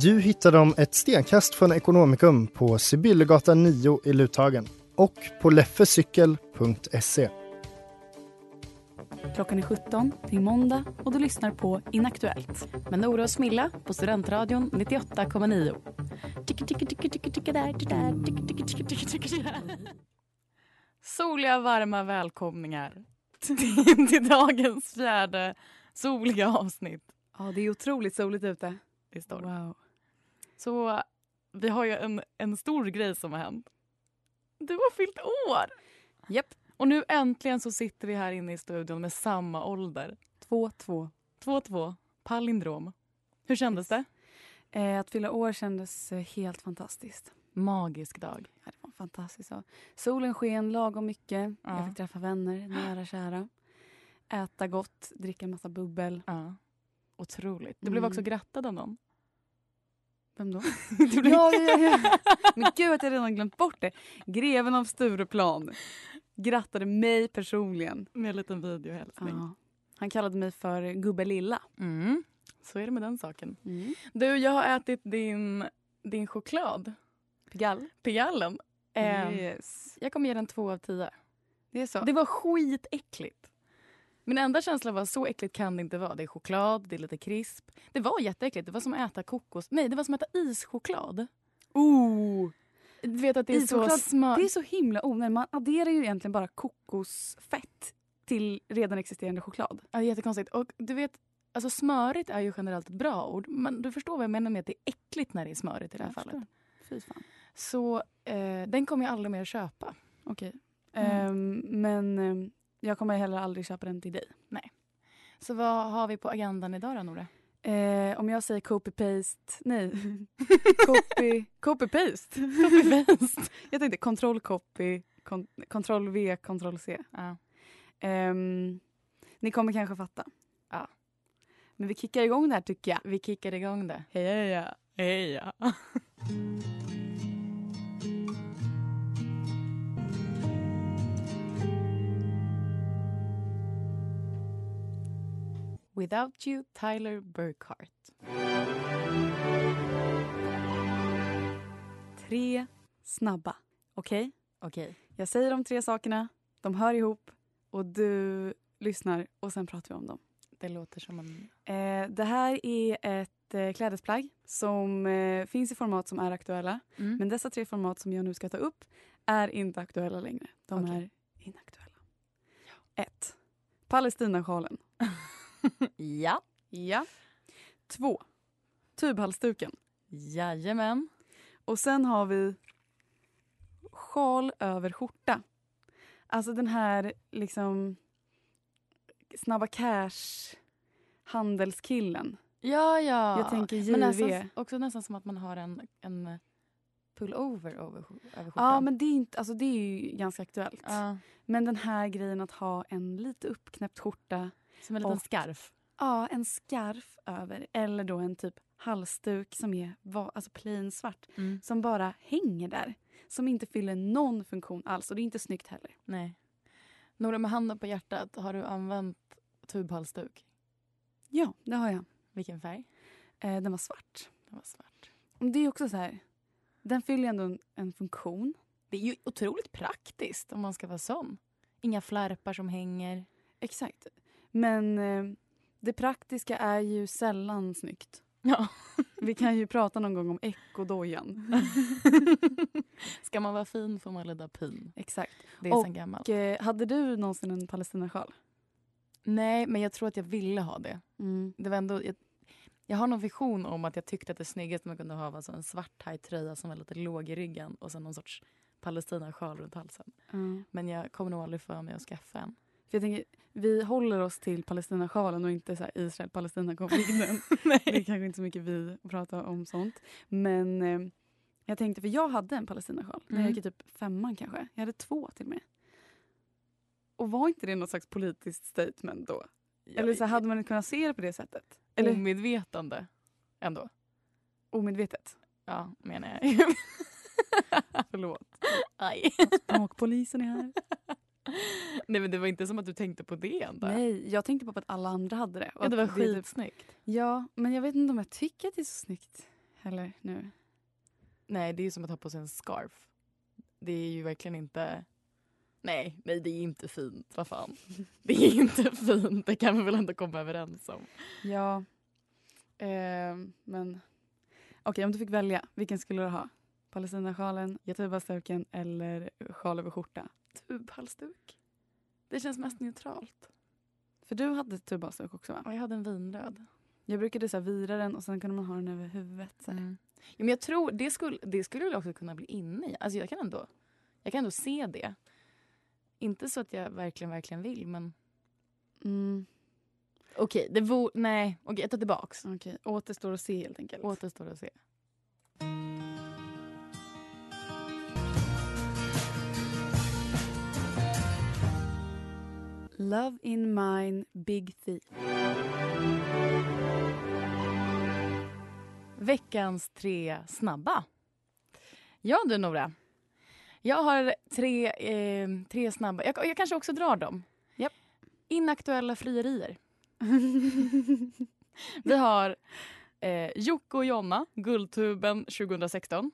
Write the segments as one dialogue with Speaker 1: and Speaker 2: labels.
Speaker 1: Du hittar dem ett stenkast från Ekonomikum på Sibyllegatan 9 i Luthagen och på leffecykel.se.
Speaker 2: Klockan är 17, det är måndag och du lyssnar på Inaktuellt. Med Nora och Smilla på Studentradion 98,9. Ticka, ticka, ticka, ticka, ticka där, ticka där, ticka, ticka, ticka, ticka, ticka där. Soliga varma välkomningar till till dagens fjärde soliga avsnitt.
Speaker 3: Ja, det är otroligt soligt ute.
Speaker 2: Det är storm. Så vi har ju en, en stor grej som har hänt. Du har fyllt år!
Speaker 3: Japp.
Speaker 2: Och nu äntligen så sitter vi här inne i studion med samma ålder.
Speaker 3: 2-2.
Speaker 2: 2-2, palindrom. Hur kändes det?
Speaker 3: Eh, att fylla år kändes eh, helt fantastiskt.
Speaker 2: Magisk dag.
Speaker 3: Ja, det var fantastiskt. Ja. Solen sken lagom mycket.
Speaker 2: Ja.
Speaker 3: Jag fick träffa vänner, nära och kära. Äta gott, dricka massa bubbel.
Speaker 2: Ja. Otroligt. Du blev
Speaker 3: Mm.
Speaker 2: också grattad av någon.
Speaker 3: Vem då?
Speaker 2: Du blev...
Speaker 3: Ja, ja, ja. Men gud att jag redan glömt bort det. Greven av Stureplan grattade mig personligen.
Speaker 2: Med en liten videohälsning.
Speaker 3: Ja. Han kallade mig för Gubbe Lilla.
Speaker 2: Mm. Så är det med den saken.
Speaker 3: Mm.
Speaker 2: Du, jag har ätit din, din choklad,
Speaker 3: Pigall. Mm.
Speaker 2: pigallen. Eh,
Speaker 3: Yes.
Speaker 2: Jag kommer ge den två av tio.
Speaker 3: Ehm, Det är så.
Speaker 2: Det var skitäckligt. Min enda känsla var så äckligt kan det inte vara. Det är choklad, det är lite krisp. Det var jätteäckligt. Det var som att äta kokos... Nej, det var som att äta ischoklad.
Speaker 3: Oh.
Speaker 2: Du vet att det är så
Speaker 3: Ischoklad,
Speaker 2: smör...
Speaker 3: Det är så himla onödigt. Man adderar ju egentligen bara kokosfett till redan existerande choklad.
Speaker 2: Ja, det är jättekonstigt. Och du vet, alltså smörigt är ju generellt ett bra ord. Men du förstår vad jag menar med att det är äckligt när det är smörigt i det här
Speaker 3: Jag
Speaker 2: fallet.
Speaker 3: förstår. Fy fan.
Speaker 2: Så eh, den kommer jag aldrig mer köpa. eh,
Speaker 3: Okej.
Speaker 2: Mm.
Speaker 3: Ehm, men ehm, jag kommer heller aldrig köpa den till dig.
Speaker 2: Så vad har vi på agendan idag då, Nora?
Speaker 3: Eh, om jag säger copy-paste... Nej. Copy- Copy-paste.
Speaker 2: Copy-paste.
Speaker 3: jag tänkte kontroll-copy, kon- kontroll-v, kontroll-c.
Speaker 2: ja.
Speaker 3: Ehm, ni kommer kanske fatta.
Speaker 2: Ja.
Speaker 3: Men vi kickar igång det här tycker jag.
Speaker 2: Vi kickar igång det.
Speaker 3: Heja, heja.
Speaker 2: Heja! Without you, Tyler Burkhart.
Speaker 3: Tre snabba. Okej?
Speaker 2: Okej.
Speaker 3: Jag säger de tre sakerna, de hör ihop och du lyssnar och sen pratar vi om dem.
Speaker 2: Det låter som en...
Speaker 3: Eh, det här är ett eh, klädesplagg som eh, finns i format som är aktuella.
Speaker 2: Mm.
Speaker 3: Men dessa tre format som jag nu ska ta upp är inte aktuella längre. De
Speaker 2: Okej.
Speaker 3: är inaktuella. 1. Palestinasjalen.
Speaker 2: ja.
Speaker 3: Ja. 2. Tubhalsduken.
Speaker 2: Jajamän.
Speaker 3: Och sen har vi sjal över skjorta. Alltså den här liksom Snabba Cash handelskillen.
Speaker 2: Ja, ja.
Speaker 3: Jag tänker JV.
Speaker 2: men alltså, nästan, också nästan som att man har en, en pullover över, sk- över skjortan.
Speaker 3: Ja, men det är, inte, alltså det är ju ganska aktuellt.
Speaker 2: Ja,
Speaker 3: Men den här grejen att ha en lite uppknäppt skjorta.
Speaker 2: som en liten
Speaker 3: Och-
Speaker 2: skarf.
Speaker 3: Ja, en skarf över. Eller då en typ halsduk som är va, alltså plain svart.
Speaker 2: Mm.
Speaker 3: Som bara hänger där. Som inte fyller någon funktion alls. Och det är inte snyggt heller.
Speaker 2: Nej. Nora, med handen på hjärtat, har du använt tubhalsduk?
Speaker 3: Ja, det har jag.
Speaker 2: Vilken färg?
Speaker 3: Eh, den var svart.
Speaker 2: Den var svart.
Speaker 3: Men Det är också så här, den fyller ju ändå en, en funktion.
Speaker 2: Det är ju otroligt praktiskt om man ska vara sån. Inga flärpar som hänger.
Speaker 3: Exakt. Men eh, det praktiska är ju sällan snyggt.
Speaker 2: Ja.
Speaker 3: Vi kan ju prata någon gång om ekodojan.
Speaker 2: Ska man vara fin får man lida pin.
Speaker 3: Exakt.
Speaker 2: Det är
Speaker 3: Och-
Speaker 2: sen gammalt.
Speaker 3: Och, eh, hade du någonsin en palestinasjal?
Speaker 2: Nej, men jag tror att jag ville ha det.
Speaker 3: Mm.
Speaker 2: det var ändå, jag, jag har någon vision om att jag tyckte att det snyggaste man kunde ha var så en svart thai-tröja som var lite låg i ryggen och sen någon sorts palestinasjal runt halsen.
Speaker 3: Ja.
Speaker 2: Men jag kommer nog aldrig för mig att skaffa en.
Speaker 3: För jag tänker, vi håller oss till Palestinasjalen och inte så här Israel-Palestina-konflikten. det är kanske inte så mycket vi pratar om sånt. Men eh, jag tänkte, för jag hade en Palestinasjal när jag
Speaker 2: Mm.
Speaker 3: gick i typ femman kanske. Jag hade två till och med. Och var inte det något slags politiskt statement då? Eller så här, hade man inte kunnat se det på det sättet? Eller
Speaker 2: Omedvetande ändå.
Speaker 3: omedvetet?
Speaker 2: Ja, menar jag.
Speaker 3: Förlåt.
Speaker 2: Aj.
Speaker 3: Språkpolisen är här.
Speaker 2: Nej, men det var inte som att du tänkte på det ändå.
Speaker 3: Nej, jag tänkte bara på att alla andra hade det. och
Speaker 2: Ja, det var
Speaker 3: att typ-
Speaker 2: skitsnyggt.
Speaker 3: Ja, men jag vet inte om jag tycker att det är så snyggt heller nu.
Speaker 2: Nej, det är ju som att ha på sig en scarf. Det är ju verkligen inte... Nej, nej det är inte fint. Vad fan. Det är inte fint. Det kan vi väl ändå komma överens om.
Speaker 3: Ja. Eh, men okej, om du fick välja, vilken skulle du ha? Palestinasjalen, tubasduken eller sjal över skjorta?
Speaker 2: Tubhalsduk. Det känns mest neutralt.
Speaker 3: För du hade tubasduk också va?
Speaker 2: Och jag hade en vinröd.
Speaker 3: Jag brukade så här, vira den och sen kunde man ha den över huvudet. Så här.
Speaker 2: Mm. Ja, men jag tror det skulle, det skulle väl också kunna bli inne i. Alltså jag kan ändå, jag kan ändå se det. Inte så att jag verkligen, verkligen vill men
Speaker 3: Mm,
Speaker 2: okej, det vore, nej, okej jag tar tillbaks.
Speaker 3: okej, återstår att se helt enkelt.
Speaker 2: Återstår att se.
Speaker 3: Love in mine, big thief.
Speaker 2: Veckans tre snabba. Ja du Nora. Jag har tre, eh, tre snabba. Jag, jag kanske också drar dem.
Speaker 3: Japp.
Speaker 2: Inaktuella frierier. Vi har eh, Jocke och Jonna, Guldtuben 2016.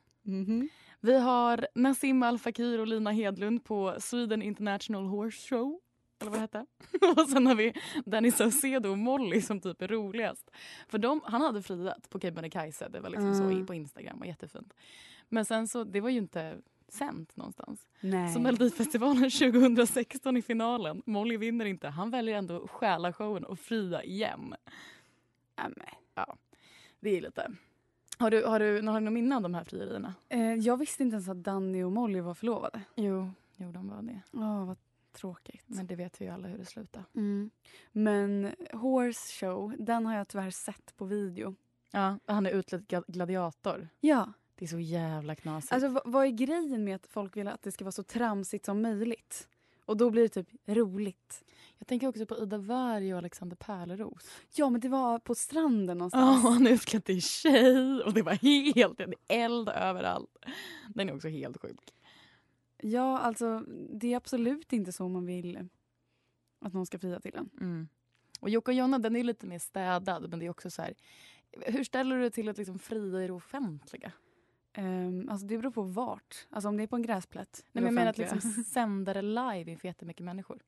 Speaker 2: Vi har Nassim Al Fakir och Lina Hedlund på Sweden International Horse Show. Eller vad det hette. Och sen har vi Danny Saucedo och Molly som typ är roligast. För de, han hade friat på Kebnekaise. Det var liksom så
Speaker 3: Mm.
Speaker 2: i- på Instagram. var jättefint. Men sen så, det var ju inte sänt någonstans.
Speaker 3: Nej.
Speaker 2: Så Melodifestivalen 2016 i finalen. Molly vinner inte. Han väljer ändå att stjäla showen och fria igen.
Speaker 3: Amen.
Speaker 2: Ja, det är lite... Har du, har du, har du något minne av de här frierierna?
Speaker 3: Eh, jag visste inte ens att Danny och Molly var förlovade.
Speaker 2: Jo, jo, de var det.
Speaker 3: Åh, vad tråkigt.
Speaker 2: Men det vet vi ju alla hur det slutar.
Speaker 3: Mm. Men Horse Show, den har jag tyvärr sett på video.
Speaker 2: Ja, han är utledd gla- gladiator.
Speaker 3: Ja,
Speaker 2: Det är så jävla knasigt.
Speaker 3: alltså vad, vad är grejen med att folk vill att det ska vara så tramsigt som möjligt? Och då blir det typ roligt.
Speaker 2: jag tänker också på Ida Warg och Alexander Pärleros.
Speaker 3: Ja, men det var på stranden
Speaker 2: Ja,
Speaker 3: någonstans.
Speaker 2: han är utklädd till tjej och det var helt... Det är eld överallt. Den är också helt sjuk.
Speaker 3: Ja, alltså det är absolut inte så man vill att någon ska fria till en.
Speaker 2: Mm. Och Jocke och Jonna den är lite mer städad men det är också så här... Hur ställer du dig till att liksom fria i det offentliga?
Speaker 3: Ehm, alltså det beror på vart. Alltså om det är på en gräsplätt.
Speaker 2: Nej, men jag menar att
Speaker 3: offentliga.
Speaker 2: liksom sända det live inför jättemycket människor.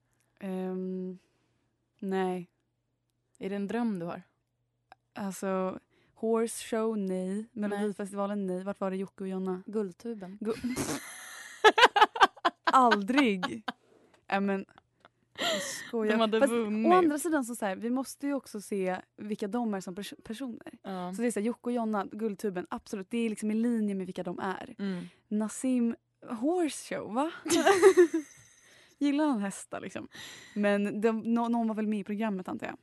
Speaker 3: Ehm, nej,
Speaker 2: Är det en dröm du har?
Speaker 3: alltså Horse Show, nej. Melodifestivalen, nej. Vart var det Jocke och Jonna?
Speaker 2: Guldtuben.
Speaker 3: Gu- Aldrig! Nej men, jag skojar.
Speaker 2: De hade
Speaker 3: Fast
Speaker 2: vunnit.
Speaker 3: Å andra sidan, så, så här, vi måste ju också se vilka de är som pers- personer.
Speaker 2: Ja.
Speaker 3: Så det är så här, Jocke och Jonna, Guldtuben, absolut. Det är liksom i linje med vilka de är.
Speaker 2: Mm.
Speaker 3: Nassim, Horse Show, va? Gillar han hästar liksom? Men de, nå- någon var väl med i programmet antar jag.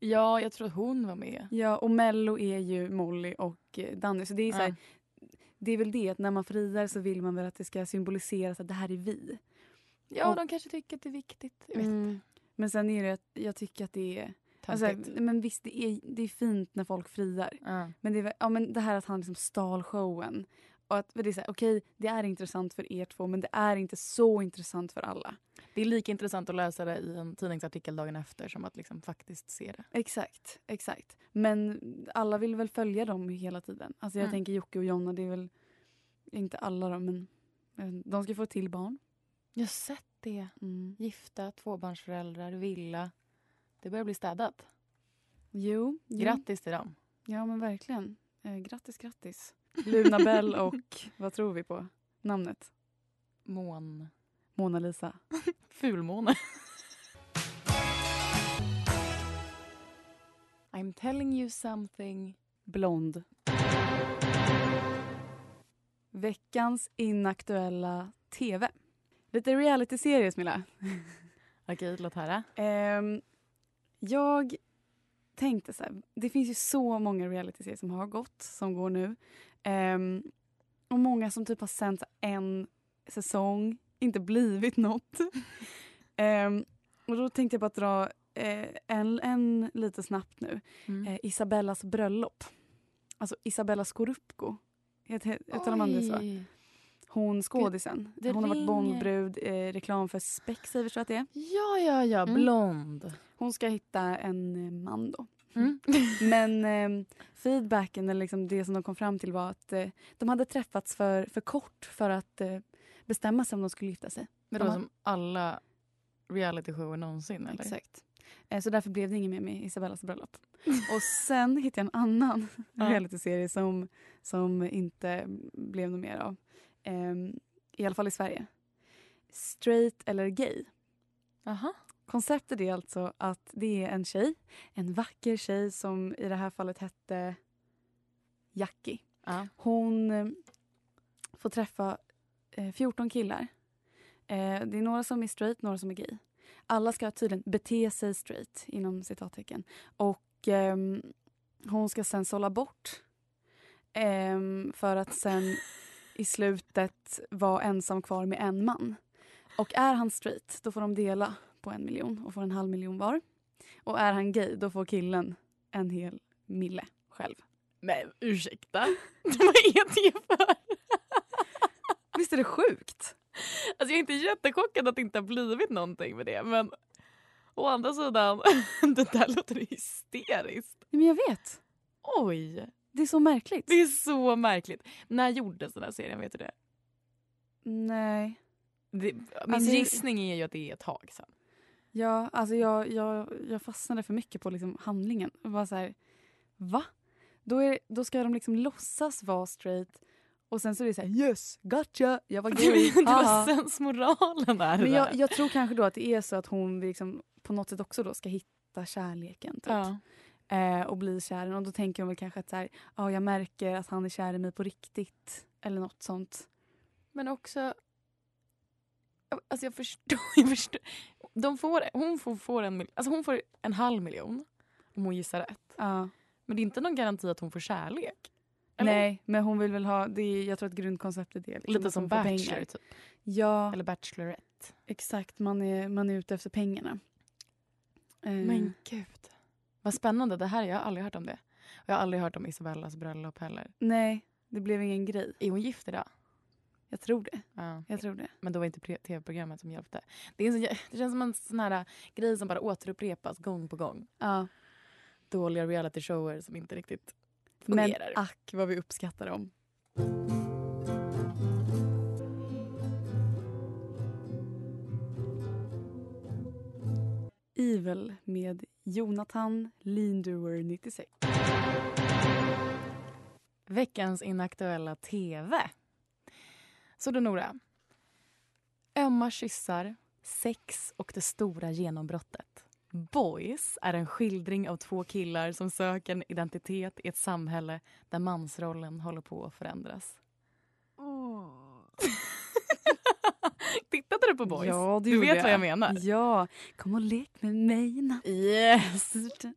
Speaker 2: Ja, jag tror att hon var med.
Speaker 3: Ja, och Mello är ju Molly och eh, Danny. Så det är så här,
Speaker 2: Ja.
Speaker 3: det är väl det att när man friar så vill man väl att det ska symbolisera att det här är vi.
Speaker 2: Ja,
Speaker 3: Och-
Speaker 2: de kanske tycker att det är viktigt. Jag vet inte.
Speaker 3: Mm. Men sen är det att jag tycker att det är... Alltså,
Speaker 2: Töntigt.
Speaker 3: men visst, det är, det är fint när folk friar.
Speaker 2: Ja.
Speaker 3: Men det, är, väl- ja, men det här att han liksom stal showen. Och att för det är så här, okej, det är intressant för er två men det är inte så intressant för alla.
Speaker 2: Det är lika intressant att läsa det i en tidningsartikel dagen efter som att liksom faktiskt se det.
Speaker 3: Exakt, exakt. Men alla vill väl följa dem hela tiden. Alltså jag
Speaker 2: Mm.
Speaker 3: tänker Jocke och Jonna, det är väl inte alla då men jag vet inte, de ska få till barn.
Speaker 2: Jag har sett det.
Speaker 3: Mm.
Speaker 2: Gifta, tvåbarnsföräldrar, villa. Det börjar bli städat.
Speaker 3: Jo, jo.
Speaker 2: Grattis till dem.
Speaker 3: Ja men verkligen. Eh, grattis, grattis. Luna Bell och vad tror vi på namnet?
Speaker 2: Mån...
Speaker 3: Mona Lisa.
Speaker 2: Fulmåne. I'm telling you something.
Speaker 3: Blond. Veckans inaktuella TV. Lite reality-serie, Smilla.
Speaker 2: Okej, låt höra.
Speaker 3: Ehm, jag tänkte så här, det finns ju så många realityserier som har gått, som går nu. Ehm, och många som typ har sänt en säsong, inte blivit något. Ehm, och då tänkte jag bara dra eh, en, en lite snabbt nu.
Speaker 2: Mm.
Speaker 3: Eh, Isabellas bröllop. Alltså Isabella Skorupko. Heter uttalar man det så?
Speaker 2: Oj.
Speaker 3: Hon skådisen.
Speaker 2: det
Speaker 3: Hon har varit
Speaker 2: ringer.
Speaker 3: Bondbrud, eh, reklam för Specsavers tror jag att det är.
Speaker 2: Ja, ja, ja.
Speaker 3: Mm.
Speaker 2: Blond.
Speaker 3: Hon ska hitta en eh, man då.
Speaker 2: Mm.
Speaker 3: Men eh, feedbacken, eller liksom det som de kom fram till var att eh, de hade träffats för, för kort för att eh, bestämma sig om de skulle gifta sig.
Speaker 2: Men det var som alla realityshower någonsin, eller?
Speaker 3: Exakt. Eh, så därför blev det inget mer med Isabellas bröllop. Och sen hittade jag en annan
Speaker 2: Ja.
Speaker 3: realityserie som, som inte blev något mer av. Ehm, I alla fall i Sverige. Straight eller gay.
Speaker 2: Aha.
Speaker 3: Konceptet är alltså att det är en tjej, en vacker tjej som i det här fallet hette Jackie.
Speaker 2: Ja.
Speaker 3: Hon eh, får träffa eh, 14 killar. Eh, det är några som är straight, några som är gay. Alla ska tydligen bete sig straight, inom citattecken. Och ehm, hon ska sen sålla bort ehm, för att sen i slutet vara ensam kvar med en man. Och är han straight, då får de dela på en miljon och får en halv miljon var. Och är han gay, då får killen en hel mille själv.
Speaker 2: Men ursäkta. Vad är det för?
Speaker 3: Visst är det sjukt?
Speaker 2: Alltså jag är inte jättechockad att det inte har blivit någonting med det men å andra sidan, det där låter hysteriskt.
Speaker 3: Nej, Men jag vet.
Speaker 2: Oj,
Speaker 3: Det är så märkligt.
Speaker 2: det är så märkligt. När gjordes den här serien? Vet du det?
Speaker 3: Nej.
Speaker 2: det min
Speaker 3: Alltså,
Speaker 2: gissning är ju att det är ett tag sedan.
Speaker 3: Ja, alltså jag, jag, jag fastnade för mycket på liksom handlingen. Jag var så här, va? Då, är, då ska de liksom låtsas vara straight och sen så är det så här yes, gotcha, jag var gay.
Speaker 2: det var
Speaker 3: haha."
Speaker 2: sensmoralen här.
Speaker 3: Men jag, jag tror kanske då att det är så att hon liksom på något sätt också då ska hitta kärleken. Typ.
Speaker 2: ja.
Speaker 3: eh, och blir kär. i någon. Och då tänker de väl kanske att så här, "Ja, jag märker att han är kär i mig på riktigt. Eller något sånt.
Speaker 2: Men också... Alltså jag förstår. Jag förstår. De får, hon, får, får en, mil- alltså hon får en halv miljon om hon gissar rätt.
Speaker 3: Ja.
Speaker 2: Men det är inte någon garanti att hon får kärlek. Eller?
Speaker 3: Nej, men hon vill väl ha... Det är, jag tror att grundkonceptet är liksom
Speaker 2: Lite
Speaker 3: att
Speaker 2: som
Speaker 3: hon får
Speaker 2: Bachelor
Speaker 3: pengar.
Speaker 2: typ.
Speaker 3: Ja,
Speaker 2: Eller Bachelorette.
Speaker 3: exakt. Man är, man är ute efter pengarna. Eh,
Speaker 2: Men gud. Vad spännande. Det här, jag har aldrig hört om det. Och Jag har aldrig hört om Isabellas bröllop heller.
Speaker 3: Nej, det blev ingen grej.
Speaker 2: Är hon gift idag?
Speaker 3: Jag tror det.
Speaker 2: Ja.
Speaker 3: Jag tror det.
Speaker 2: Men det var inte pre- tv-programmet som hjälpte. Det, är en, sån- det känns som en sån här äh, grej som bara återupprepas gång på gång.
Speaker 3: Ja.
Speaker 2: Dåliga realityshower som inte riktigt
Speaker 3: Men
Speaker 2: fungerar.
Speaker 3: ack vad vi uppskattar dem. Evil med Jonathan Lindewer 96.
Speaker 2: Veckans inaktuella tv. Så du Nora. Ömma kyssar, sex och det stora genombrottet. Boys är en skildring av två killar som söker en identitet i ett samhälle där mansrollen håller på att förändras. Tittade du på Boys?
Speaker 3: Ja, det
Speaker 2: du
Speaker 3: gjorde
Speaker 2: vet vad jag menar.
Speaker 3: Ja, kom och lek med mig natt.
Speaker 2: Yes!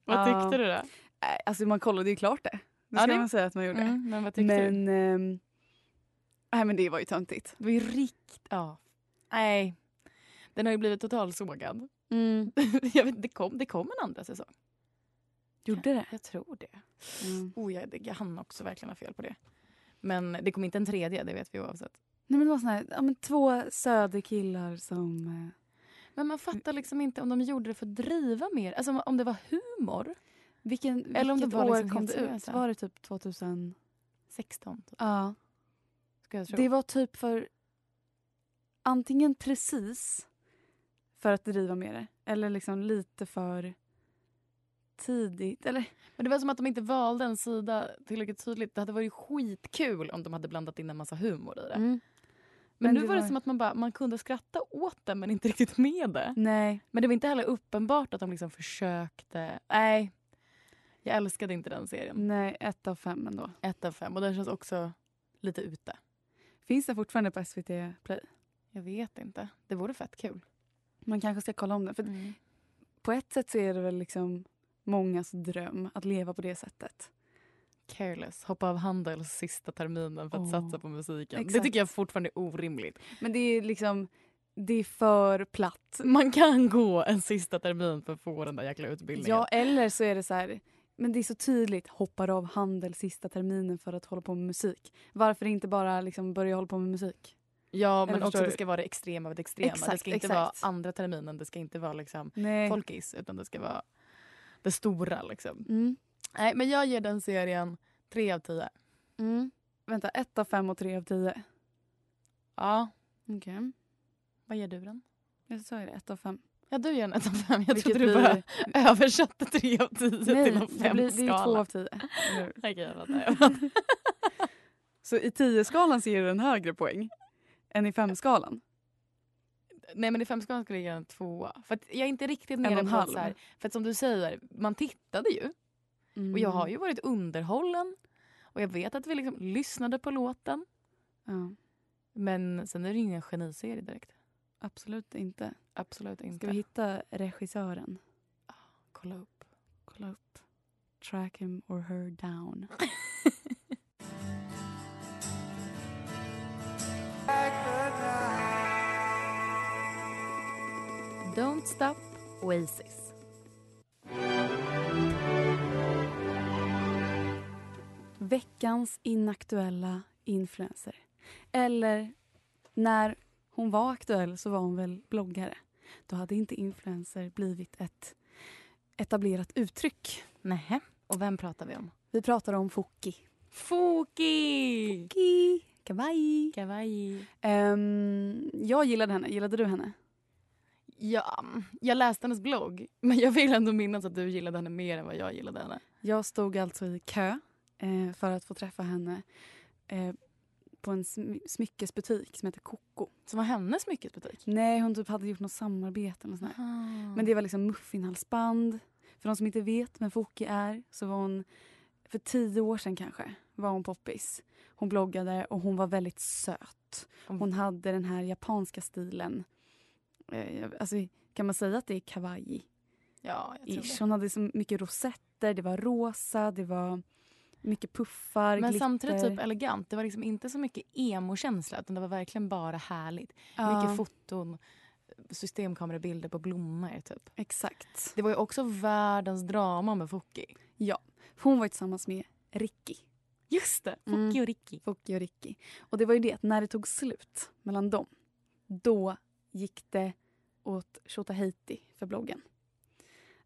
Speaker 2: Vad
Speaker 3: Ja.
Speaker 2: tyckte du då?
Speaker 3: Nej, Alltså man kollade ju klart det. Det
Speaker 2: Ja,
Speaker 3: ska
Speaker 2: det-
Speaker 3: man säga att man gjorde.
Speaker 2: Mm, men vad tyckte du?
Speaker 3: men, ehm, nej, men det var ju töntigt.
Speaker 2: Det var ju rikt... Ja. Nej. Den har ju blivit totalsågad. Mm. jag vet, det, kom, det kom en andra säsong.
Speaker 3: Gjorde det?
Speaker 2: Jag tror det. Oh, jag, jag hann också verkligen ha fel på det. Men det kom inte en tredje, det vet vi oavsett.
Speaker 3: Nej, men det var sån här, ja, men två söderkillar som... eh,
Speaker 2: Men man fattar liksom inte om de gjorde det för att driva mer. Alltså om- om det var humor.
Speaker 3: Vilken,
Speaker 2: Eller om
Speaker 3: vilket
Speaker 2: det var
Speaker 3: år
Speaker 2: liksom
Speaker 3: kom
Speaker 2: helt
Speaker 3: det ut?
Speaker 2: seriöst, va?
Speaker 3: Var det typ 2000?
Speaker 2: 16, typ,
Speaker 3: Ja.
Speaker 2: ska jag tro.
Speaker 3: Det var typ för antingen precis för att driva med det eller liksom lite för tidigt. Eller
Speaker 2: Men det var som att de inte valde en sida tillräckligt tydligt. Det hade varit skitkul om de hade blandat in en massa humor i det. Mm. Men,
Speaker 3: Men
Speaker 2: nu
Speaker 3: det
Speaker 2: var det
Speaker 3: var-
Speaker 2: som att man, bara, man kunde skratta åt det men inte riktigt med det.
Speaker 3: nej.
Speaker 2: Men det var inte heller uppenbart att de liksom försökte. Nej, jag älskade inte den serien.
Speaker 3: Nej, ett av fem ändå.
Speaker 2: Ett av fem och den känns också lite ute.
Speaker 3: Finns det fortfarande på SVT Play?
Speaker 2: Jag vet inte. Det vore fett kul.
Speaker 3: Man kanske ska kolla om den. För
Speaker 2: Mm.
Speaker 3: på ett sätt så är det väl liksom mångas dröm att leva på det sättet.
Speaker 2: Careless, hoppa av Handels sista terminen för att
Speaker 3: Åh,
Speaker 2: satsa på musiken. Det
Speaker 3: exakt.
Speaker 2: tycker jag fortfarande är orimligt.
Speaker 3: Men det är liksom, det är för platt.
Speaker 2: Man kan gå en sista termin för att få den där jäkla utbildningen.
Speaker 3: Ja, eller så är det så här, men det är så tydligt, hoppar av handel sista terminen för att hålla på med musik. Varför inte bara liksom börja hålla på med musik?
Speaker 2: Ja, men
Speaker 3: Eller
Speaker 2: också
Speaker 3: förstår
Speaker 2: det
Speaker 3: du?
Speaker 2: ska vara det extrema av det extrema. det
Speaker 3: Exakt,
Speaker 2: ska inte
Speaker 3: exakt.
Speaker 2: vara andra terminen, det ska inte vara liksom
Speaker 3: Nej.
Speaker 2: folkis, utan det ska vara det stora. Liksom.
Speaker 3: Mm,
Speaker 2: Nej, men jag ger den serien tre av tio.
Speaker 3: mm. Vänta, ett av fem och tre av tio.
Speaker 2: Ja,
Speaker 3: Okej,
Speaker 2: vad ger du den?
Speaker 3: jag sa ju det, ett av fem.
Speaker 2: Ja, du ger den ett av fem. Jag
Speaker 3: Vilket
Speaker 2: trodde du
Speaker 3: blir-
Speaker 2: bara översatte tre av tio
Speaker 3: Nej,
Speaker 2: till en
Speaker 3: det, blir, det är ju två
Speaker 2: femskala.
Speaker 3: av tio. eller hur?
Speaker 2: Okej, jag fattar, jag fattar.
Speaker 3: Så i tio-skalan så ger du en högre poäng än i femskalan.
Speaker 2: Nej men i femskalan skulle jag ge den en tvåa. För att jag är inte riktigt
Speaker 3: och
Speaker 2: nere
Speaker 3: en
Speaker 2: på
Speaker 3: halv.
Speaker 2: så här, För att som du säger, man tittade ju.
Speaker 3: Mm.
Speaker 2: Och jag har ju varit underhållen. Och jag vet att vi liksom lyssnade på låten.
Speaker 3: Ja,
Speaker 2: Men sen är det ingen geniserie direkt.
Speaker 3: absolut inte.
Speaker 2: Absolut inte. Ah,
Speaker 3: Ska vi hitta regissören?
Speaker 2: kolla upp?
Speaker 3: Kolla upp. Track him or her down.
Speaker 2: Don't Stop Oasis.
Speaker 3: Veckans inaktuella influencer. Eller när hon var aktuell så var hon väl bloggare. Då hade inte influencer blivit ett etablerat uttryck.
Speaker 2: Nähä. Och vem pratar vi om?
Speaker 3: Vi pratar om Foki.
Speaker 2: Foki!
Speaker 3: Foki! Kawaii!
Speaker 2: Kawaii.
Speaker 3: Ehm, jag gillade henne. Gillade du henne?
Speaker 2: Ja, jag läste hennes blogg. Men jag vill ändå minnas att du gillade henne mer än vad jag gillade henne.
Speaker 3: Jag stod alltså i kö eh, för att få träffa henne eh, på en sm- smyckesbutik som heter Coco.
Speaker 2: Som var hennes smyckesbutik.
Speaker 3: Nej, hon typ hade gjort något samarbete. Eller sånt här. Men det var liksom muffinhalsband. För de som inte vet vem Foki är så var hon för tio år sedan kanske var hon poppis. Hon bloggade och hon var väldigt söt. Hon hade den här japanska stilen. Eh, alltså, kan man säga att det är kawaii?
Speaker 2: Ja, jag tror
Speaker 3: ish.
Speaker 2: det.
Speaker 3: Hon hade så mycket rosetter, det var rosa, det var mycket puffar,
Speaker 2: Men
Speaker 3: glitter.
Speaker 2: samtidigt typ elegant. Det var liksom inte så mycket emo-känsla utan det var verkligen bara härligt.
Speaker 3: Ja,
Speaker 2: Mycket foton, systemkamerabilder på blommor typ.
Speaker 3: Exakt.
Speaker 2: Det var ju också världens drama med Focki.
Speaker 3: Hon var ju tillsammans med Ricky.
Speaker 2: Just det! Focki
Speaker 3: Mm.
Speaker 2: och Ricky.
Speaker 3: Focke och Ricky. Och det var ju det att när det tog slut mellan dem, då gick det åt tjotahejti för bloggen.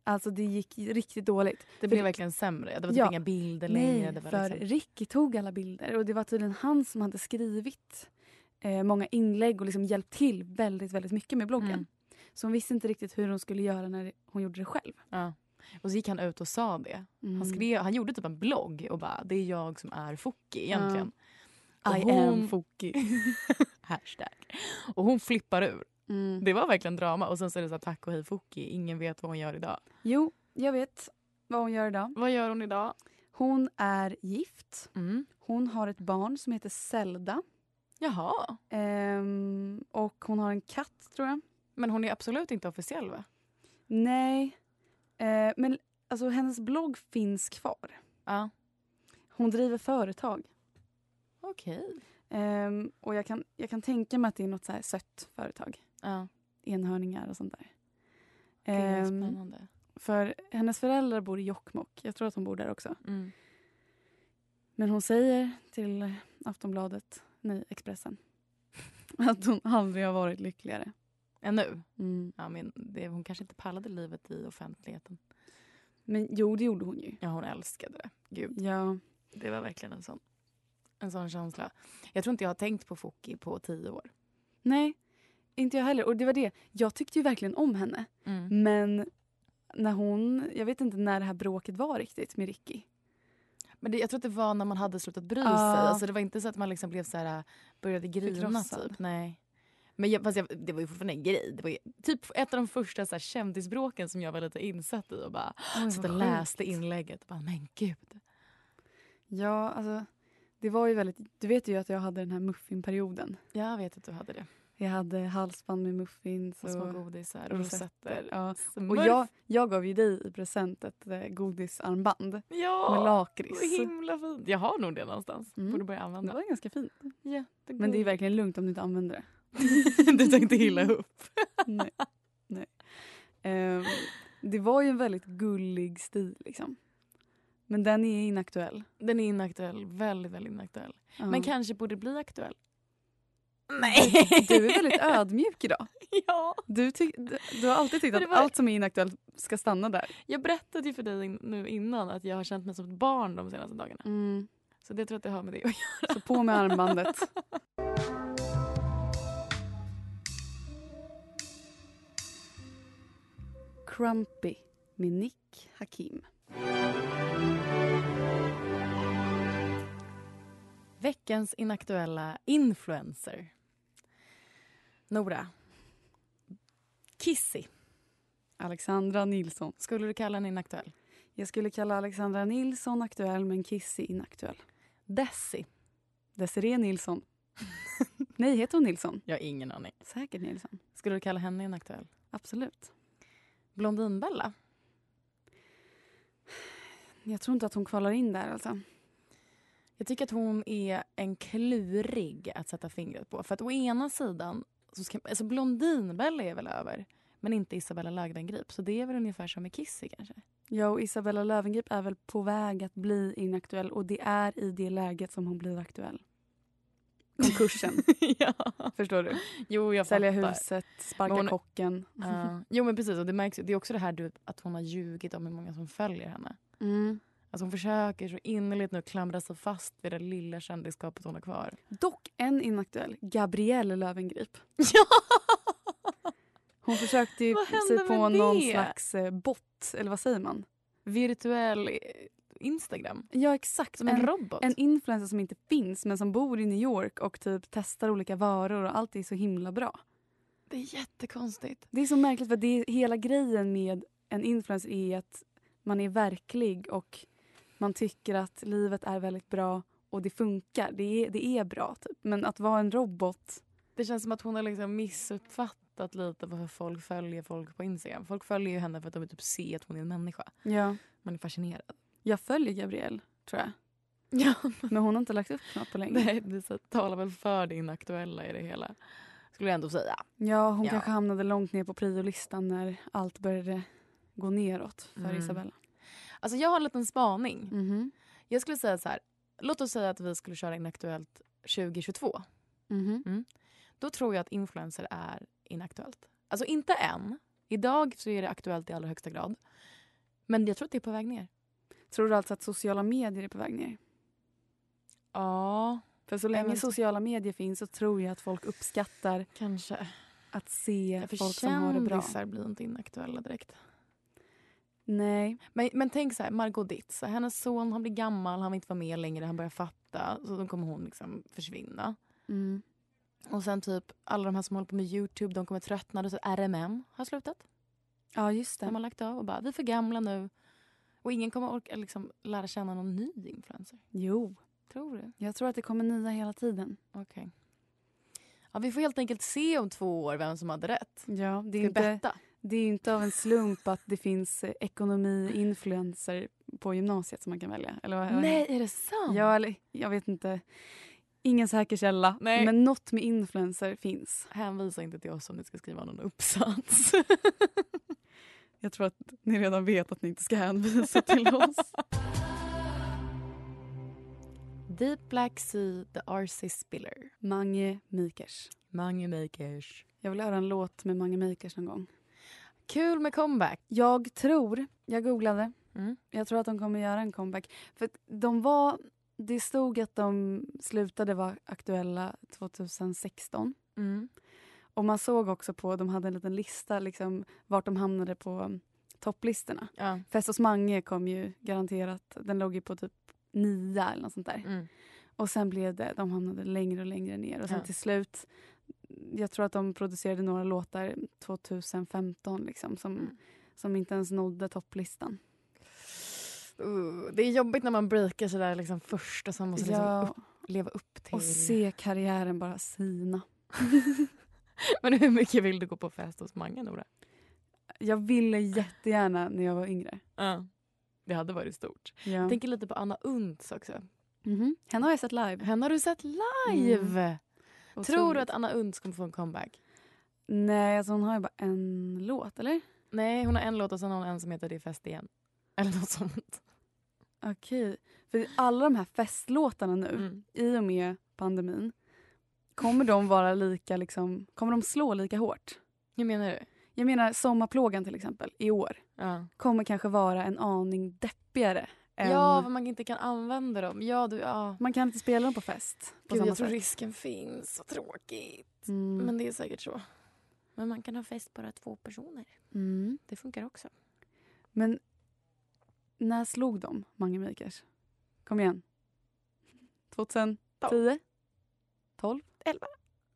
Speaker 3: Alltså det gick riktigt dåligt.
Speaker 2: Det blev verkligen sämre. Det var typ
Speaker 3: Ja.
Speaker 2: inga bilder längre.
Speaker 3: Nej,
Speaker 2: Det var
Speaker 3: för
Speaker 2: liksom...
Speaker 3: Ricky tog alla bilder och det var tydligen han som hade skrivit eh, många inlägg och liksom hjälpt till väldigt, väldigt mycket med bloggen.
Speaker 2: Mm.
Speaker 3: Så hon visste inte riktigt hur hon skulle göra när hon gjorde det själv.
Speaker 2: ja. Och så gick han ut och sa det. Han, skrev, han gjorde typ en blogg och bara det är jag som är Focki egentligen. Och
Speaker 3: I
Speaker 2: hon-
Speaker 3: am Foki.
Speaker 2: Hashtag. Och hon flippar ur.
Speaker 3: Mm.
Speaker 2: Det var verkligen drama. Och sen så är det så här, tack och hej Focki. Ingen vet vad hon gör idag.
Speaker 3: Jo, jag vet vad hon gör idag.
Speaker 2: Vad gör hon idag?
Speaker 3: Hon är gift.
Speaker 2: Mm.
Speaker 3: Hon har ett barn som heter Zelda.
Speaker 2: Jaha.
Speaker 3: Ehm, och hon har en katt, tror jag.
Speaker 2: Men hon är absolut inte officiell va?
Speaker 3: Nej. Eh, men alltså, hennes blogg finns kvar.
Speaker 2: Ja.
Speaker 3: Hon driver företag.
Speaker 2: Okej.
Speaker 3: Ehm, och jag kan, jag kan tänka mig att det är något så här sött företag.
Speaker 2: Ja.
Speaker 3: Enhörningar och sånt där.
Speaker 2: Gud, vad
Speaker 3: Ehm,
Speaker 2: spännande.
Speaker 3: för hennes föräldrar bor i Jokkmokk. Jag tror att hon bor där också.
Speaker 2: Mm.
Speaker 3: Men hon säger till Aftonbladet, nej Expressen, att hon aldrig har varit lyckligare.
Speaker 2: Ännu?
Speaker 3: Mm.
Speaker 2: Ja, men det, hon kanske inte pallade livet i offentligheten.
Speaker 3: Men jo, det gjorde hon ju.
Speaker 2: Ja, hon älskade det. Gud,
Speaker 3: Ja.
Speaker 2: det var verkligen en sån, en sån känsla. Jag tror inte jag har tänkt på Foki på tio år.
Speaker 3: Mm. Nej, inte jag heller. Och det var det, jag tyckte ju verkligen om henne. Men när hon, jag vet inte när det här bråket var riktigt med Ricky.
Speaker 2: Men det, jag tror att det var när man hade slutat bry sig.
Speaker 3: Ja.
Speaker 2: Alltså, det var inte så att man liksom blev så här, började grina.
Speaker 3: Förkrossad.
Speaker 2: Typ. Nej. Men jag, fast jag, det var ju fortfarande en grej. Det var ju, typ ett av de första så här, kändisbråken som jag var lite insatt i. Och bara
Speaker 3: Oj,
Speaker 2: satt
Speaker 3: vad
Speaker 2: och
Speaker 3: sjukt.
Speaker 2: läste inlägget och bara, men gud.
Speaker 3: Ja, alltså det var ju väldigt, du vet ju att jag hade den här muffinperioden.
Speaker 2: Jag vet att du hade det.
Speaker 3: Jag hade halsband med muffins
Speaker 2: Och små
Speaker 3: och,
Speaker 2: godisar
Speaker 3: och
Speaker 2: och
Speaker 3: rosetter.
Speaker 2: rosetter.
Speaker 3: Ja. och
Speaker 2: Smurf.
Speaker 3: jag, jag gav ju dig i present ett eh, godisarmband med
Speaker 2: ja,
Speaker 3: lakrits.
Speaker 2: så himla fint. Jag har nog det någonstans.
Speaker 3: Mm.
Speaker 2: Borde börja
Speaker 3: Det
Speaker 2: använda.
Speaker 3: var ganska fint.
Speaker 2: Jättegod.
Speaker 3: Men det är verkligen lugnt om du inte använder det.
Speaker 2: du tänkte illa upp.
Speaker 3: Nej. Nej. Ehm, det var ju en väldigt gullig stil liksom. Men den är inaktuell.
Speaker 2: Den är inaktuell. Väldigt, väldigt inaktuell.
Speaker 3: Ja.
Speaker 2: Men kanske borde bli aktuell.
Speaker 3: Du är väldigt ödmjuk idag.
Speaker 2: ja.
Speaker 3: Du, tyck- du, du har alltid tyckt
Speaker 2: Men
Speaker 3: att
Speaker 2: det var-
Speaker 3: allt som är inaktuellt ska stanna där.
Speaker 2: Jag berättade ju för dig in, nu innan att jag har känt mig som ett barn de senaste dagarna.
Speaker 3: Mm.
Speaker 2: Så det tror jag att det har med det att göra.
Speaker 3: Så på med armbandet. Crumpy med Nick Hakim.
Speaker 2: Veckans inaktuella influencer. Nora. Kissy.
Speaker 3: Alexandra Nilsson.
Speaker 2: Skulle du kalla henne inaktuell?
Speaker 3: Jag skulle kalla Alexandra Nilsson aktuell men Kissy inaktuell.
Speaker 2: Desi.
Speaker 3: Desiree Nilsson. Nej, heter hon Nilsson?
Speaker 2: Jag har ingen aning.
Speaker 3: Säkert Nilsson.
Speaker 2: Skulle du kalla henne inaktuell?
Speaker 3: Absolut.
Speaker 2: Blondinbella?
Speaker 3: Jag tror inte att hon kvalar in där alltså.
Speaker 2: Jag tycker att hon är en klurig att sätta fingret på. För att å ena sidan, så ska, alltså Blondinbella är väl över, men inte Isabella Löfvengrip. Så det är väl ungefär som med Kissy kanske.
Speaker 3: Jag och Isabella Löwengrip är väl på väg att bli inaktuell och det är i det läget som hon blir aktuell. Konkursen,
Speaker 2: ja.
Speaker 3: förstår du?
Speaker 2: Jo, jag
Speaker 3: Sälja
Speaker 2: fattar.
Speaker 3: huset, sparka
Speaker 2: Men hon-
Speaker 3: kocken.
Speaker 2: Ja. jo, men precis. Och det märks ju. Det är också det här du, att hon har ljugit om hur många som följer henne.
Speaker 3: Mm.
Speaker 2: Alltså hon försöker så innerligt nu klamra sig fast vid det lilla kändisskapet hon har kvar.
Speaker 3: Dock en inaktuell, Gabrielle Löwengrip.
Speaker 2: Ja!
Speaker 3: Hon försökte ju
Speaker 2: Vad hände
Speaker 3: sig på
Speaker 2: med det?
Speaker 3: någon slags eh, bot, eller vad säger man?
Speaker 2: Virtuell eh, Instagram.
Speaker 3: Ja exakt,
Speaker 2: Som en, robot.
Speaker 3: en influencer som inte finns men som bor i New York och typ testar olika varor och allt är så himla bra.
Speaker 2: det är jättekonstigt.
Speaker 3: Det är så märkligt för det är, hela grejen med en influencer är att man är verklig och man tycker att livet är väldigt bra och det funkar. Det är, det är bra typ. Men att vara en robot,
Speaker 2: Det känns som att hon har liksom missuppfattat lite varför folk följer folk på Instagram. Folk följer ju henne för att de vill typ se att hon är en människa.
Speaker 3: ja.
Speaker 2: Man är fascinerad.
Speaker 3: Jag följer Gabrielle tror jag.
Speaker 2: Ja,
Speaker 3: Men hon har inte lagt upp något på länge.
Speaker 2: nej, det är så- talar väl för det inaktuella i det hela. Skulle jag ändå säga.
Speaker 3: Ja, hon
Speaker 2: Ja.
Speaker 3: kanske hamnade långt ner på priolistan när allt började gå neråt för
Speaker 2: Mm. Mm-hmm.
Speaker 3: Isabella.
Speaker 2: Alltså jag har en liten spaning.
Speaker 3: Mhm.
Speaker 2: Jag skulle säga så här. Låt oss säga att vi skulle köra Inaktuellt 2022. Mm-hmm.
Speaker 3: Mhm.
Speaker 2: Då tror jag att influencer är inaktuellt. Alltså inte än. Idag så är det aktuellt i allra högsta grad. Men jag tror att det är på väg ner.
Speaker 3: Tror du alltså att sociala medier är på väg ner?
Speaker 2: Ja,
Speaker 3: För så
Speaker 2: men
Speaker 3: länge
Speaker 2: så-
Speaker 3: sociala medier finns så tror jag att folk uppskattar
Speaker 2: kanske.
Speaker 3: att se
Speaker 2: För
Speaker 3: folk som har det bra.
Speaker 2: kändisar blir inte inaktuella direkt.
Speaker 3: Nej.
Speaker 2: Men, men tänk så här, Margot Ditz. Hennes son han blir gammal, han vill inte vara med längre, han börjar fatta. Så då kommer hon liksom försvinna.
Speaker 3: Mm.
Speaker 2: Och sen typ alla de här som håller på med Youtube, de kommer tröttna. Och så RMM har slutat.
Speaker 3: Ja, just
Speaker 2: De har
Speaker 3: det.
Speaker 2: lagt av och bara, vi är för gamla nu. Och ingen kommer orka liksom, lära känna någon ny influencer.
Speaker 3: Jo,
Speaker 2: Tror du?
Speaker 3: jag tror att det kommer nya hela tiden.
Speaker 2: Ja, vi får helt enkelt se om två år vem som hade rätt.
Speaker 3: Ja, det
Speaker 2: Ska
Speaker 3: är,
Speaker 2: vi
Speaker 3: inte,
Speaker 2: betta?
Speaker 3: det är inte av en slump att det finns eh, ekonomi-influencer på gymnasiet som man kan välja. Eller vad, vad-
Speaker 2: Nej, är det sant?
Speaker 3: Ja, eller jag vet inte. Ingen säker källa.
Speaker 2: Nej.
Speaker 3: Men något med influencer finns.
Speaker 2: Hänvisa inte till oss om ni ska skriva någon uppsats.
Speaker 3: Jag tror att ni redan vet att ni inte ska hänvisa till oss.
Speaker 2: Deep Black Sea, The RC Spiller.
Speaker 3: Mange Mikers.
Speaker 2: Mange Makers.
Speaker 3: Jag vill höra en låt med Mange Mikers någon gång.
Speaker 2: Kul med comeback.
Speaker 3: Jag tror, jag googlade,
Speaker 2: Mm.
Speaker 3: jag tror att de kommer göra en comeback. För att de var, det stod att de slutade vara aktuella 2016. Och man såg också på, de hade en liten lista liksom vart de hamnade på topplistorna.
Speaker 2: Ja.
Speaker 3: Fest hos Mange kom ju garanterat, den låg ju på typ nia eller något sånt där.
Speaker 2: Mm.
Speaker 3: Och sen blev det, de hamnade längre och längre ner och sen
Speaker 2: Ja.
Speaker 3: till slut, jag tror att de producerade några låtar 2015 liksom som,
Speaker 2: Mm.
Speaker 3: som inte ens nådde topplistan.
Speaker 2: Uh, det är jobbigt när man breakar sådär liksom först och sen måste liksom
Speaker 3: ja,
Speaker 2: upp, leva upp till...
Speaker 3: och se karriären bara sina.
Speaker 2: Men hur mycket vill du gå på fest hos Mange, Nora?
Speaker 3: Jag ville jättegärna när jag var yngre.
Speaker 2: Ja. Det hade varit stort.
Speaker 3: Ja.
Speaker 2: Jag tänker lite på Anna Untz också.
Speaker 3: Mhm. Henne har jag sett live.
Speaker 2: Henne har du sett live! Mm. Tror du
Speaker 3: Otroligt.
Speaker 2: att Anna Untz kommer få en comeback?
Speaker 3: Nej, alltså hon har ju bara en låt, eller?
Speaker 2: Nej, hon har en låt och sen har hon en som heter Det är fest igen. Eller något sånt.
Speaker 3: Okej. För alla de här festlåtarna nu,
Speaker 2: Mm.
Speaker 3: i och med pandemin, kommer de vara lika liksom, kommer de slå lika hårt?
Speaker 2: Hur menar du?
Speaker 3: Jag menar Sommarplågan till exempel, i år,
Speaker 2: Ja,
Speaker 3: kommer kanske vara en aning deppigare. Än,
Speaker 2: ja för man inte kan använda dem. Ja, du, ja.
Speaker 3: man kan inte spela dem på fest på
Speaker 2: Gud,
Speaker 3: samma
Speaker 2: jag tror
Speaker 3: sätt.
Speaker 2: risken finns. Så tråkigt.
Speaker 3: Mm.
Speaker 2: Men det är säkert så. Men man kan ha fest bara två personer.
Speaker 3: Mm.
Speaker 2: Det funkar också.
Speaker 3: Men när slog de Mange Makers? Kom igen. 2010? 12?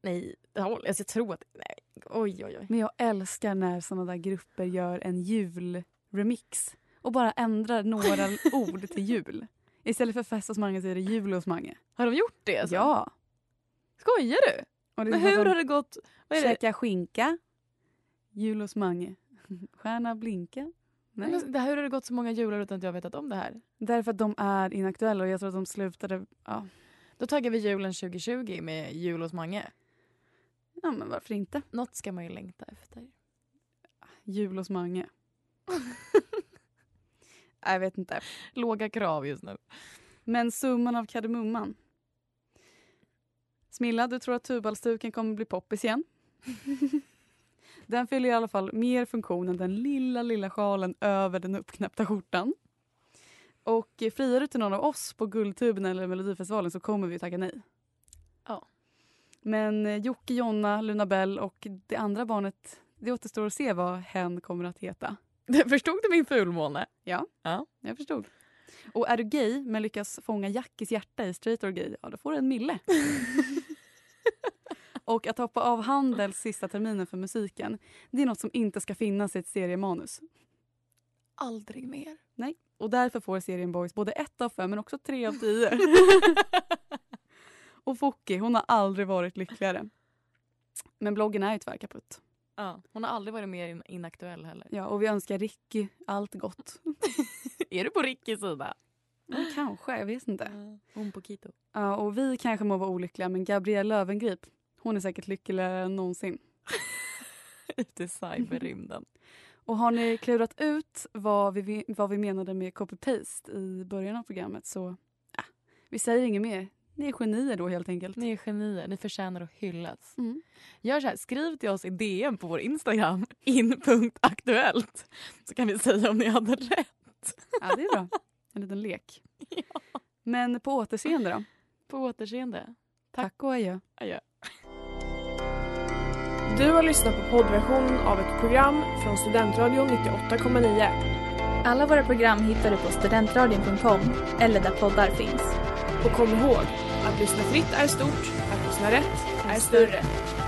Speaker 2: Nej, jag håller- alltså, jag tror att... Nej. Oj, oj, oj.
Speaker 3: Men jag älskar när såna där grupper gör en julremix och bara ändrar några ord till jul. Istället för fest hos Mange så är det jul hos Mange.
Speaker 2: Har de gjort det? Alltså?
Speaker 3: Ja.
Speaker 2: Skojar du?
Speaker 3: Och det
Speaker 2: Men
Speaker 3: är
Speaker 2: hur
Speaker 3: liksom
Speaker 2: har det gått? Vad är det?
Speaker 3: Käka skinka. Jul hos Mange. Stjärna blinka. Nej.
Speaker 2: Men, alltså- det här, hur har det gått så många jular utan att jag vetat om det här?
Speaker 3: Därför att de är inaktuella och jag tror att de slutade... Ja,
Speaker 2: Då taggar vi julen 2020 med jul hos Mange.
Speaker 3: ja men varför inte?
Speaker 2: Något ska man ju längta efter.
Speaker 3: Jul hos Mange. Nej, jag vet inte.
Speaker 2: Låga krav just nu.
Speaker 3: Men summan av kardemumman. Smilla, du tror att tubalstuken kommer bli poppis igen? den fyller i alla fall mer funktion än den lilla, lilla sjalen över den uppknäppta skjortan. Och eh, friar du till någon av oss på Guldtuben eller Melodifestivalen så kommer vi tacka nej.
Speaker 2: Ja.
Speaker 3: Men eh, Jocke, Jonna, Luna Bell och det andra barnet, det återstår att se vad hen kommer att heta.
Speaker 2: Förstod du min fulmåne?
Speaker 3: Jag förstod. Och är du gay men lyckas fånga Jackis hjärta i Straight or Gay, ja då får du en mille. och att hoppa av Handels sista terminen för musiken, det är något som inte ska finnas i ett seriemanus.
Speaker 2: Aldrig mer.
Speaker 3: Och därför får serien Boys både ett av fem men också tre av tio. och Focki, hon har aldrig varit lyckligare. Men bloggen är ju tyvärr kaputt.
Speaker 2: Ja, hon har aldrig varit mer in- inaktuell heller.
Speaker 3: Ja, och vi önskar Ricky allt gott.
Speaker 2: Är du på Rickys sida?
Speaker 3: Men kanske, jag vet inte.
Speaker 2: Hon på Kito.
Speaker 3: Ja, och vi kanske må vara olyckliga men Gabriella Lövengrip, hon är säkert lyckligare än någonsin.
Speaker 2: Ute i cyberrymden.
Speaker 3: Och har ni klurat ut vad vi, vad vi menade med copy-paste i början av programmet så ja, vi säger inget mer. Ni är genier då helt enkelt.
Speaker 2: Ni är genier. Ni förtjänar att hyllas.
Speaker 3: Mm.
Speaker 2: Gör så här, skriv till oss i DM på vår Instagram, in.aktuellt, så kan vi säga om ni hade rätt.
Speaker 3: Ja, det är bra. En liten lek. Men på återseende då.
Speaker 2: På återseende.
Speaker 3: Tack och adjö.
Speaker 2: Adjö.
Speaker 4: Du har lyssnat på poddversionen av ett program från Studentradion 98,9.
Speaker 5: Alla våra program hittar du på studentradion.com eller där poddar finns.
Speaker 4: Och kom ihåg, att lyssna fritt är stort, att lyssna rätt är större.